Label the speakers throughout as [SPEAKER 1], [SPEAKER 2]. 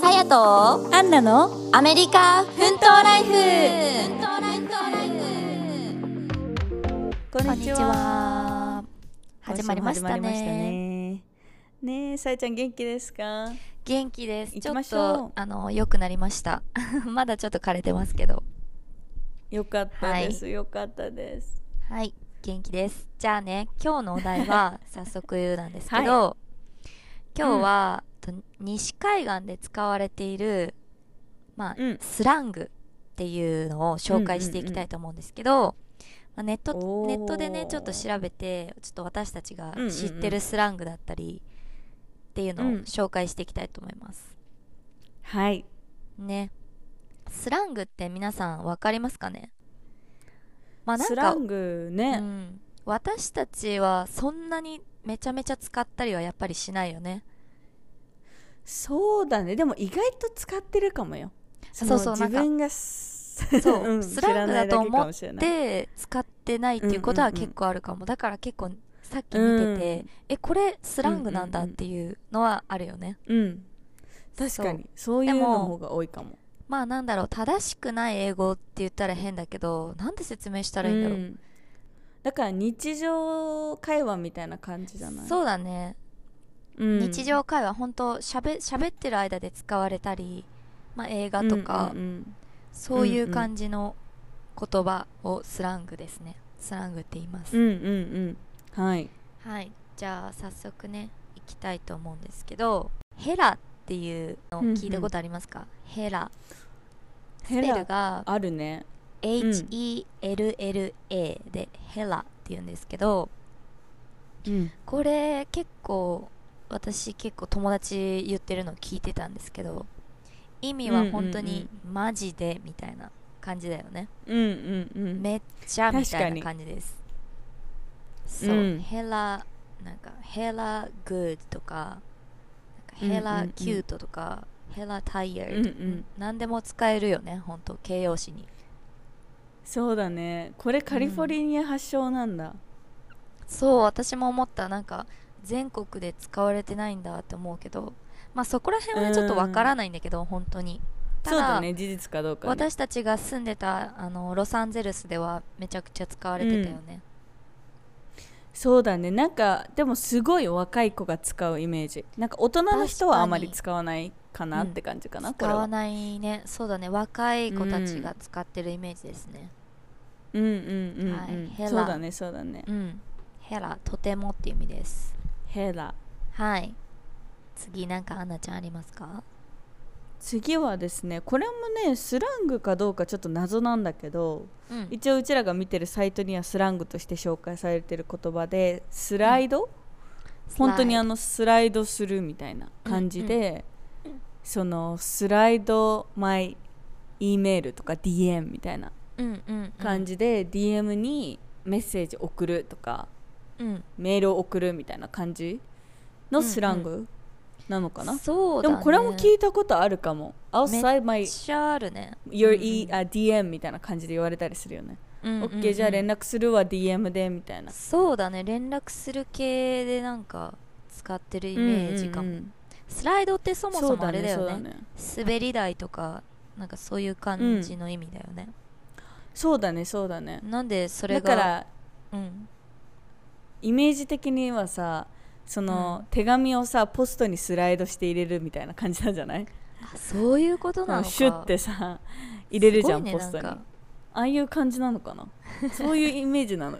[SPEAKER 1] さやと
[SPEAKER 2] アンナの
[SPEAKER 1] アメリカ奮闘ライフ
[SPEAKER 2] こ
[SPEAKER 1] こんにちは始まりましたね
[SPEAKER 2] ねねえさえちゃん元気ですか
[SPEAKER 1] 元気ですち
[SPEAKER 2] 行き
[SPEAKER 1] ょ
[SPEAKER 2] ま
[SPEAKER 1] っ
[SPEAKER 2] しょう
[SPEAKER 1] とあの良くなりました まだちょっと枯れてますけど
[SPEAKER 2] よかったです、よかったです
[SPEAKER 1] はい元気ですじゃあね今日のお題は早速なんですけど、今日は、と西海岸で使われているまあ、
[SPEAKER 2] うん
[SPEAKER 1] スラングっていうのを紹介していきたいと思うんですけど、まあネット
[SPEAKER 2] おー
[SPEAKER 1] ネットでねちょっと調べてちょっと私たちが知ってるスラングだったりっていうのを
[SPEAKER 2] うん
[SPEAKER 1] 紹介していきたいと思います、
[SPEAKER 2] はい
[SPEAKER 1] ねスラングって皆さん分かりますかねまあなん
[SPEAKER 2] ス
[SPEAKER 1] か
[SPEAKER 2] ラング
[SPEAKER 1] う
[SPEAKER 2] ね、
[SPEAKER 1] ん、私たちはそんなにめちゃめちゃ使ったりはやっぱりしないよ ね
[SPEAKER 2] そうだねでも意外と使ってるかもよその
[SPEAKER 1] そうそうな
[SPEAKER 2] 自
[SPEAKER 1] んか
[SPEAKER 2] 分がそ
[SPEAKER 1] そう、 スラングだと思っ
[SPEAKER 2] で
[SPEAKER 1] て使ってないっていうことは
[SPEAKER 2] うんうんうん
[SPEAKER 1] 結構あるかも、だから結構さっき見てて、
[SPEAKER 2] うん
[SPEAKER 1] えこれスラングなんだっていうのはあるよね、
[SPEAKER 2] うん確かにそういう
[SPEAKER 1] でも
[SPEAKER 2] の方が多いかも
[SPEAKER 1] まあなんだろう正しくない英語って言ったら変だけどなんで説明したらいいんだろう、
[SPEAKER 2] んだから日常会話みたいな感じじゃない
[SPEAKER 1] そうだね、
[SPEAKER 2] うん
[SPEAKER 1] 日常会話本当しゃべ喋ってる間で使われたり、まあ、映画とか、
[SPEAKER 2] うんうんうん
[SPEAKER 1] そういう感じの言葉をスラングですねスラングって言います、
[SPEAKER 2] うんうんうんはい
[SPEAKER 1] はいじゃあ早速ね行きたいと思うんですけどヘラっていうのを聞いたことありますか、ヘラ
[SPEAKER 2] ヘ
[SPEAKER 1] スペ
[SPEAKER 2] ラ
[SPEAKER 1] ルが
[SPEAKER 2] あるね
[SPEAKER 1] HELLA でヘラっていうんですけど
[SPEAKER 2] うん
[SPEAKER 1] これ結構私結構友達言ってるの聞いてたんですけど意味は本当にマジでみたいな感じだよね、
[SPEAKER 2] うんうん
[SPEAKER 1] めっちゃみたい
[SPEAKER 2] 確か
[SPEAKER 1] な
[SPEAKER 2] に
[SPEAKER 1] 感じですそう、
[SPEAKER 2] うん
[SPEAKER 1] ヘラなんかヘラグッドとかなんかヘ
[SPEAKER 2] うんうん
[SPEAKER 1] ラ
[SPEAKER 2] うん
[SPEAKER 1] キュートとか、ヘラタイヤ
[SPEAKER 2] うんう
[SPEAKER 1] ー
[SPEAKER 2] ん
[SPEAKER 1] 何でも使えるよね本当形容詞に
[SPEAKER 2] そうだねこれカリフォルニア発祥なんだ
[SPEAKER 1] そう私も思ったなんか全国で使われてないんだって思うけどまあそこら辺は
[SPEAKER 2] う
[SPEAKER 1] ね
[SPEAKER 2] ん
[SPEAKER 1] ちょっとわからないんだけど、本当にた
[SPEAKER 2] そうだ
[SPEAKER 1] だ
[SPEAKER 2] ね事実かどうかね
[SPEAKER 1] 私たちが住んでたあのロサンゼルスではめちゃくちゃ使われてたよね、
[SPEAKER 2] そうだねなんかでもすごい若い子が使うイメージなんか大人の人はあまり使わないかなって感じかなこれ
[SPEAKER 1] 使わ
[SPEAKER 2] は
[SPEAKER 1] ないねそうだね若い子たちが使ってるイメージですね
[SPEAKER 2] うんうんうん
[SPEAKER 1] は
[SPEAKER 2] うん
[SPEAKER 1] いヘラ
[SPEAKER 2] そうだねそうだね
[SPEAKER 1] うん、ヘラとてもっていう意味です
[SPEAKER 2] ヘラ
[SPEAKER 1] はい次なんかアンナちゃんありますか
[SPEAKER 2] 次はですねこれもねスラングかどうかちょっと謎なんだけど
[SPEAKER 1] うん
[SPEAKER 2] 一応うちらが見てるサイトにはスラングとして紹介されてる言葉でスライド、本当にあ
[SPEAKER 1] の
[SPEAKER 2] のスライドするみたいな感じで、そのスライドマイ E メールとか DM みたいな
[SPEAKER 1] うんうん、うん、
[SPEAKER 2] 感じで、DM にメッセージ送るとか
[SPEAKER 1] うん
[SPEAKER 2] メールを送るみたいな感じのスラングなのかな、
[SPEAKER 1] そう
[SPEAKER 2] で
[SPEAKER 1] だ、ね、
[SPEAKER 2] もこれも聞いたことあるかも
[SPEAKER 1] め
[SPEAKER 2] outside
[SPEAKER 1] め
[SPEAKER 2] my
[SPEAKER 1] っちゃあるね
[SPEAKER 2] your e、あ DM みたいな感じで言われたりするよ
[SPEAKER 1] うんうんう
[SPEAKER 2] ね、
[SPEAKER 1] ん
[SPEAKER 2] OK じゃあ連絡するわ DM でみたいな
[SPEAKER 1] そうだね連絡する系でなんか使ってるイメージかも、
[SPEAKER 2] うんうんうん
[SPEAKER 1] スライドってそもそもあれだよ
[SPEAKER 2] そう
[SPEAKER 1] ね
[SPEAKER 2] だね
[SPEAKER 1] 滑り台とかなんかそういう感じの意味だよね、
[SPEAKER 2] そうだねそうだね
[SPEAKER 1] なんでそれ
[SPEAKER 2] だ
[SPEAKER 1] が
[SPEAKER 2] から
[SPEAKER 1] うん、
[SPEAKER 2] イメージ的にはさその、手紙をさポストにスライドして入れるみたいな感じなんじゃない
[SPEAKER 1] あそういうことなのか
[SPEAKER 2] シュッてさ入れるじゃ
[SPEAKER 1] す
[SPEAKER 2] ん、
[SPEAKER 1] ごいね
[SPEAKER 2] ポストに
[SPEAKER 1] な
[SPEAKER 2] あ
[SPEAKER 1] んか
[SPEAKER 2] あいう感じなの かなそういうイメージなの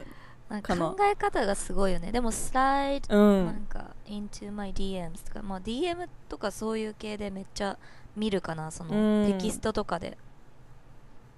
[SPEAKER 1] なんか
[SPEAKER 2] かな
[SPEAKER 1] 考え方がすごいよねでもスライド、
[SPEAKER 2] う
[SPEAKER 1] なん
[SPEAKER 2] ん
[SPEAKER 1] か into my DMs とか、まあ、DM とかそういう系でめっちゃ見るかなその、
[SPEAKER 2] うん
[SPEAKER 1] テキストとかで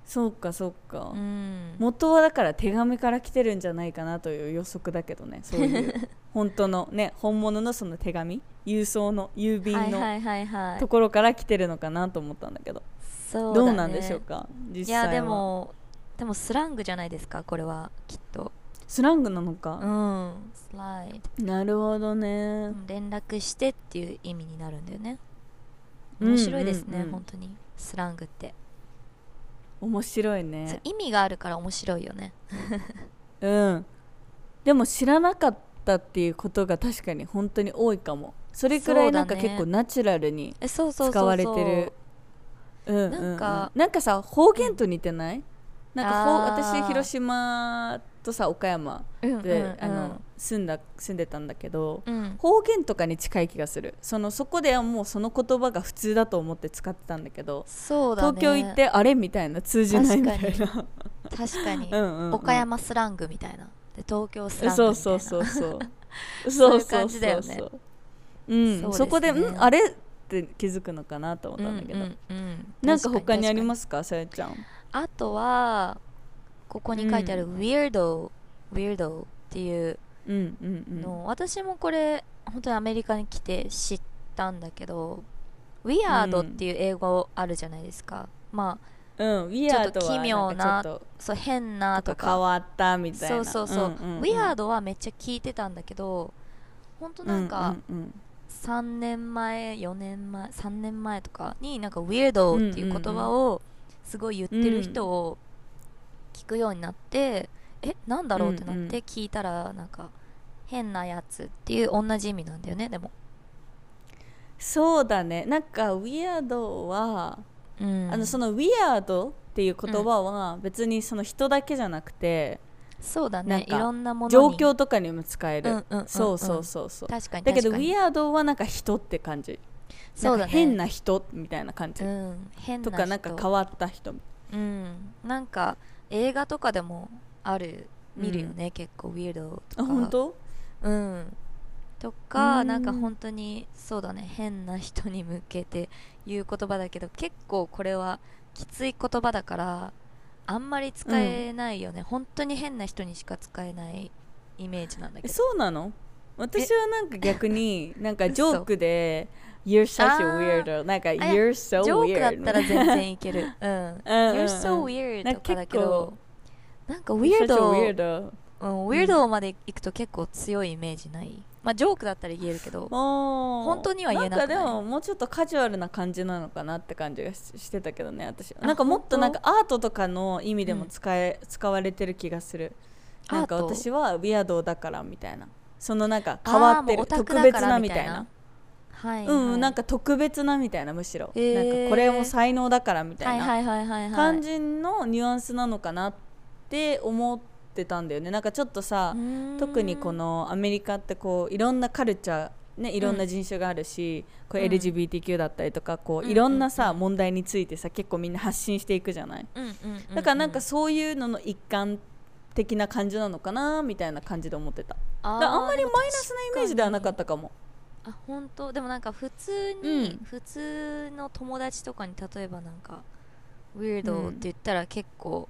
[SPEAKER 2] そうかそうか、
[SPEAKER 1] うん
[SPEAKER 2] 元はだから手紙から来てるんじゃないかなという予測だけどねそういう 本当のね本物のその手紙郵送の郵便
[SPEAKER 1] はい
[SPEAKER 2] の
[SPEAKER 1] はいはいはい
[SPEAKER 2] ところから来てるのかなと思ったんだけど
[SPEAKER 1] そうだ、ね、
[SPEAKER 2] どうなんでしょうか実
[SPEAKER 1] い
[SPEAKER 2] 際は
[SPEAKER 1] やでもでもスラングじゃないですかこれはきっと
[SPEAKER 2] スラングなの
[SPEAKER 1] う
[SPEAKER 2] か、
[SPEAKER 1] んスライ
[SPEAKER 2] なるほどね、
[SPEAKER 1] ド連絡してっていう意味になるんだよね
[SPEAKER 2] うん
[SPEAKER 1] 面白いですね、
[SPEAKER 2] うんうん
[SPEAKER 1] 本当にスラングって、
[SPEAKER 2] 面白い
[SPEAKER 1] そう
[SPEAKER 2] ね
[SPEAKER 1] 意味があるから面白いよね
[SPEAKER 2] うんでも知らなかったっていうことが確かに本当に多いかもそれくらいなんか
[SPEAKER 1] そうだね
[SPEAKER 2] 結構ナチュラルに
[SPEAKER 1] えそうそうそうそう
[SPEAKER 2] 使われてるうんうんうん
[SPEAKER 1] なんか
[SPEAKER 2] なんかさ方言と似てない、なんかほ
[SPEAKER 1] あー
[SPEAKER 2] 私広島とさ岡山
[SPEAKER 1] うんうん
[SPEAKER 2] で、
[SPEAKER 1] うん
[SPEAKER 2] あの住んだ住んでたんだけど、
[SPEAKER 1] うん
[SPEAKER 2] 方言とかに近い気がするそのそこではもうその言葉が普通だと思って使ってたんだけど
[SPEAKER 1] そうだね
[SPEAKER 2] 東京行ってあれみたいな通じないみたいな
[SPEAKER 1] 確かに
[SPEAKER 2] うんうんうん
[SPEAKER 1] 岡山スラングみたいなで東京スラングみたい
[SPEAKER 2] そ
[SPEAKER 1] な
[SPEAKER 2] うそうそうそ う
[SPEAKER 1] そういう感じだよね
[SPEAKER 2] そうそうそううん
[SPEAKER 1] そうですね
[SPEAKER 2] そこでんあれって気づくのかなと思ったんだけど、
[SPEAKER 1] うんうんうん
[SPEAKER 2] なんか他にあり
[SPEAKER 1] す
[SPEAKER 2] ますかさやちゃん
[SPEAKER 1] あとはここに書いてある「
[SPEAKER 2] う
[SPEAKER 1] Weirdo」Weirdo っていう
[SPEAKER 2] うんうんうん
[SPEAKER 1] の、私もこれ本当にアメリカに来て知ったんだけど「Weird」っていう英語あるじゃないですか、まあ
[SPEAKER 2] うん、ウィ
[SPEAKER 1] ちょ
[SPEAKER 2] ア
[SPEAKER 1] っ
[SPEAKER 2] ー
[SPEAKER 1] と
[SPEAKER 2] ド
[SPEAKER 1] 奇
[SPEAKER 2] は
[SPEAKER 1] 妙
[SPEAKER 2] な
[SPEAKER 1] なん
[SPEAKER 2] かちょっと
[SPEAKER 1] そう変な
[SPEAKER 2] と
[SPEAKER 1] と
[SPEAKER 2] か変
[SPEAKER 1] か
[SPEAKER 2] わったみたい
[SPEAKER 1] そ
[SPEAKER 2] な
[SPEAKER 1] うそうそう「
[SPEAKER 2] ー
[SPEAKER 1] Weird」はめっちゃ聞いてたんだけど本当なんか3年前4年前3年前とかになんか「Weirdo」っていう言葉をすごい言ってる人を聞くようになって、えなんだろうってな
[SPEAKER 2] うん
[SPEAKER 1] っ
[SPEAKER 2] うん
[SPEAKER 1] て聞いたらなんか変なやつっていう同じ意味なんだよねでも、
[SPEAKER 2] そうだねなんかウィアードは、
[SPEAKER 1] うん、
[SPEAKER 2] あのそのウィアードっていう言葉は別にその人だけじゃなくて、
[SPEAKER 1] そうだ
[SPEAKER 2] な
[SPEAKER 1] ね
[SPEAKER 2] ん
[SPEAKER 1] い
[SPEAKER 2] か
[SPEAKER 1] ろんなものに
[SPEAKER 2] 状況とかにも使える、
[SPEAKER 1] うんうんうんうん
[SPEAKER 2] そうそうそうそう
[SPEAKER 1] 確かに
[SPEAKER 2] だけどウ
[SPEAKER 1] 確かに
[SPEAKER 2] ィアードはなんか人って感じ
[SPEAKER 1] そうだ
[SPEAKER 2] なん
[SPEAKER 1] ね
[SPEAKER 2] か変な人みたいな感じ、
[SPEAKER 1] うん変な
[SPEAKER 2] とかなんか変
[SPEAKER 1] わ
[SPEAKER 2] わった人
[SPEAKER 1] うんなんか映画とかでもある見るよね、結構ウィードと
[SPEAKER 2] あ
[SPEAKER 1] か
[SPEAKER 2] 本当
[SPEAKER 1] うんとか、
[SPEAKER 2] うん
[SPEAKER 1] なんか本当にそうだね変な人に向けて言う言葉だけど結構これはきつい言葉だからあんまり使えないよね、本当に変な人にしか使えないイメージなんだけ
[SPEAKER 2] え
[SPEAKER 1] ど
[SPEAKER 2] そうなの私はなんか逆になんかジョークで「You're such
[SPEAKER 1] あ
[SPEAKER 2] a
[SPEAKER 1] ー
[SPEAKER 2] weirdo」なんか「
[SPEAKER 1] あいや
[SPEAKER 2] You're so
[SPEAKER 1] ジ
[SPEAKER 2] weird」
[SPEAKER 1] ョークだったら全然いけ るうん
[SPEAKER 2] うんうんうん
[SPEAKER 1] You're so weird
[SPEAKER 2] なん
[SPEAKER 1] と
[SPEAKER 2] か
[SPEAKER 1] かだけどなんかウ
[SPEAKER 2] ウ
[SPEAKER 1] ィ
[SPEAKER 2] ィ
[SPEAKER 1] ー
[SPEAKER 2] ード
[SPEAKER 1] ド
[SPEAKER 2] ウィード
[SPEAKER 1] うん、ウィードまで行くと結構強いイメージないまあジョークだったら言えるけど
[SPEAKER 2] 本
[SPEAKER 1] 当には言えなくない
[SPEAKER 2] んかでももうちょっとカジュアルな感じなのかなって感じがししてたけどね私
[SPEAKER 1] あ
[SPEAKER 2] なんかもっ
[SPEAKER 1] 本
[SPEAKER 2] と
[SPEAKER 1] 当
[SPEAKER 2] なんかアートとかの意味でも使え、使われてる気がするなんか
[SPEAKER 1] アート
[SPEAKER 2] 私はウィアードだからみたいなそのなんか
[SPEAKER 1] あー
[SPEAKER 2] 変わって
[SPEAKER 1] もう
[SPEAKER 2] る
[SPEAKER 1] オタク
[SPEAKER 2] 特
[SPEAKER 1] だ
[SPEAKER 2] 別
[SPEAKER 1] から
[SPEAKER 2] なみたいな
[SPEAKER 1] はい、
[SPEAKER 2] うんうん、
[SPEAKER 1] はい
[SPEAKER 2] なんか特別なみたいなむしろ、
[SPEAKER 1] へー
[SPEAKER 2] なんかこれも才能だからみた
[SPEAKER 1] はいい
[SPEAKER 2] な、
[SPEAKER 1] はいはいはいはい
[SPEAKER 2] 感じのニュアンスなのかなって思ってたんだよねなんかちょっとさ、特にこのアメリカってこういろんなカルチャー、ね、いろんな人種があるし、こう
[SPEAKER 1] うん
[SPEAKER 2] LGBTQ だったりとかこ
[SPEAKER 1] うん
[SPEAKER 2] ういろんなさ、問題についてさ結構みんな発信していくじゃない、
[SPEAKER 1] うんうんうんうん
[SPEAKER 2] だからなんかそういうのの一環的な感じなのかなみたいな感じで思ってた
[SPEAKER 1] あ
[SPEAKER 2] だ
[SPEAKER 1] ー
[SPEAKER 2] からあんまりマイナスなイメージではなかったかも
[SPEAKER 1] あ本当でもなんか普通に、
[SPEAKER 2] うん
[SPEAKER 1] 普通の友達とかに例えばなんか「ウィードって言ったら結構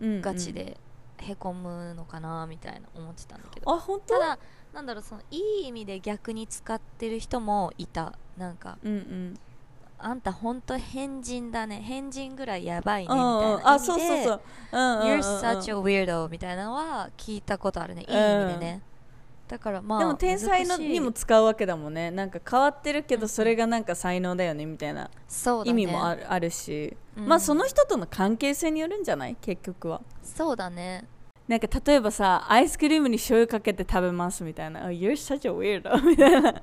[SPEAKER 2] うんうん
[SPEAKER 1] ガチでへこむのかなみたいな思ってたんだけど、
[SPEAKER 2] あ本当
[SPEAKER 1] ただなんだろうそのいい意味で逆に使ってる人もいたなんか
[SPEAKER 2] うんうん
[SPEAKER 1] 「あんたほんと変人だね変人ぐらいやばいね」
[SPEAKER 2] う
[SPEAKER 1] みたい
[SPEAKER 2] ん
[SPEAKER 1] な意
[SPEAKER 2] う
[SPEAKER 1] 味
[SPEAKER 2] ん
[SPEAKER 1] で
[SPEAKER 2] あそうそうそううんうんうんうん
[SPEAKER 1] You're such a weirdo みたいなのは聞いたことあるねいい意味でね、だからまあ
[SPEAKER 2] でも天才の
[SPEAKER 1] 難しい
[SPEAKER 2] にも使うわけだもんねなんか変わってるけどそれがなんか才能だよねみたいな
[SPEAKER 1] そうだ、
[SPEAKER 2] 意
[SPEAKER 1] ね、
[SPEAKER 2] 味もある,、あるし、
[SPEAKER 1] うん
[SPEAKER 2] まあその人との関係性によるんじゃない結局は
[SPEAKER 1] そうだね
[SPEAKER 2] なんか例えばさアイスクリームに醤油かけて食べますみたいな「Oh, You're such a weirdo」み たいななんか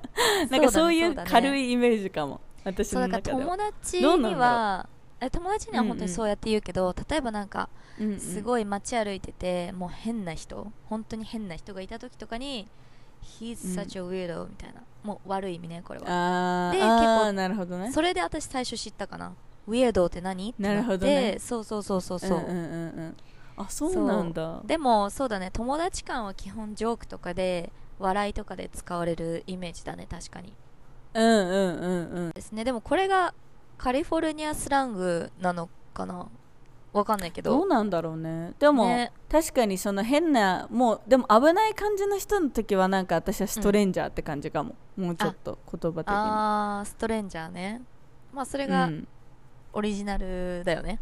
[SPEAKER 2] そうい
[SPEAKER 1] そううだね
[SPEAKER 2] 軽いイメージかも私
[SPEAKER 1] そう
[SPEAKER 2] の
[SPEAKER 1] だから
[SPEAKER 2] 中では
[SPEAKER 1] 友達
[SPEAKER 2] どうな
[SPEAKER 1] に
[SPEAKER 2] んだ
[SPEAKER 1] はえ友達には本当にそうやって言うけど、例えばなんか
[SPEAKER 2] うんうん
[SPEAKER 1] すごい街歩いてて、もう変な人本当に変な人がいた時とかに「He's such a weirdo」みたいなもう悪い意味ねこれは
[SPEAKER 2] あー
[SPEAKER 1] で
[SPEAKER 2] あ
[SPEAKER 1] 結
[SPEAKER 2] ー
[SPEAKER 1] 構
[SPEAKER 2] なるほどね
[SPEAKER 1] それで私最初知ったかな「weirdo って何?」って
[SPEAKER 2] なるほ
[SPEAKER 1] っ
[SPEAKER 2] ど
[SPEAKER 1] て、
[SPEAKER 2] ね
[SPEAKER 1] そうそうそうそうそう、
[SPEAKER 2] んうんうんうんあそうなんだ
[SPEAKER 1] でもそうだね友達間は基本ジョークとかで笑いとかで使われるイメージだね確かに
[SPEAKER 2] うんうんうんうん
[SPEAKER 1] ですねでもこれがカリフォルニアスラングなのかなわかんないけ
[SPEAKER 2] どう
[SPEAKER 1] ど
[SPEAKER 2] なんだろうねでも、
[SPEAKER 1] ね
[SPEAKER 2] 確かにその変なもうでも危ない感じの人の時はなんか私はストレンジャーって感じかも、もうちょっと言葉的に
[SPEAKER 1] あーストレンジャーねまあそれ
[SPEAKER 2] う
[SPEAKER 1] が
[SPEAKER 2] ん
[SPEAKER 1] オリジナルだよね、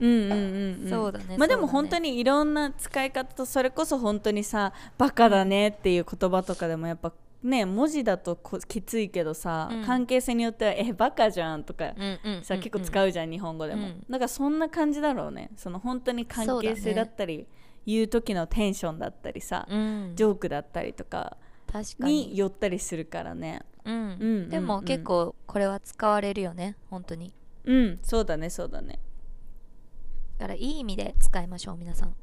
[SPEAKER 2] うんうんうんん
[SPEAKER 1] そうだね
[SPEAKER 2] まあで
[SPEAKER 1] そうだ
[SPEAKER 2] も
[SPEAKER 1] ね
[SPEAKER 2] 本当にいろんな使い方とそれこそ本当にさバカだねっていう言葉とかでもやっぱね文字だとこきついけどさ、
[SPEAKER 1] うん
[SPEAKER 2] 関係性によってはえバカじゃんとか
[SPEAKER 1] うんうん
[SPEAKER 2] さ、結構
[SPEAKER 1] う
[SPEAKER 2] 使うじゃん日本語でも、
[SPEAKER 1] うん
[SPEAKER 2] だからそんな感じだろうねその本当に関係性だったり言う時のテンションだったりさ、
[SPEAKER 1] ん、うん
[SPEAKER 2] ジョークだったりとか
[SPEAKER 1] 確か
[SPEAKER 2] に
[SPEAKER 1] に、
[SPEAKER 2] 寄ったりするからね
[SPEAKER 1] うん
[SPEAKER 2] うん
[SPEAKER 1] で
[SPEAKER 2] うん
[SPEAKER 1] も
[SPEAKER 2] うん
[SPEAKER 1] 結構これは使われるよね本当に
[SPEAKER 2] うんそうだねそうだ ね
[SPEAKER 1] だからいい意味で使いましょう皆さん、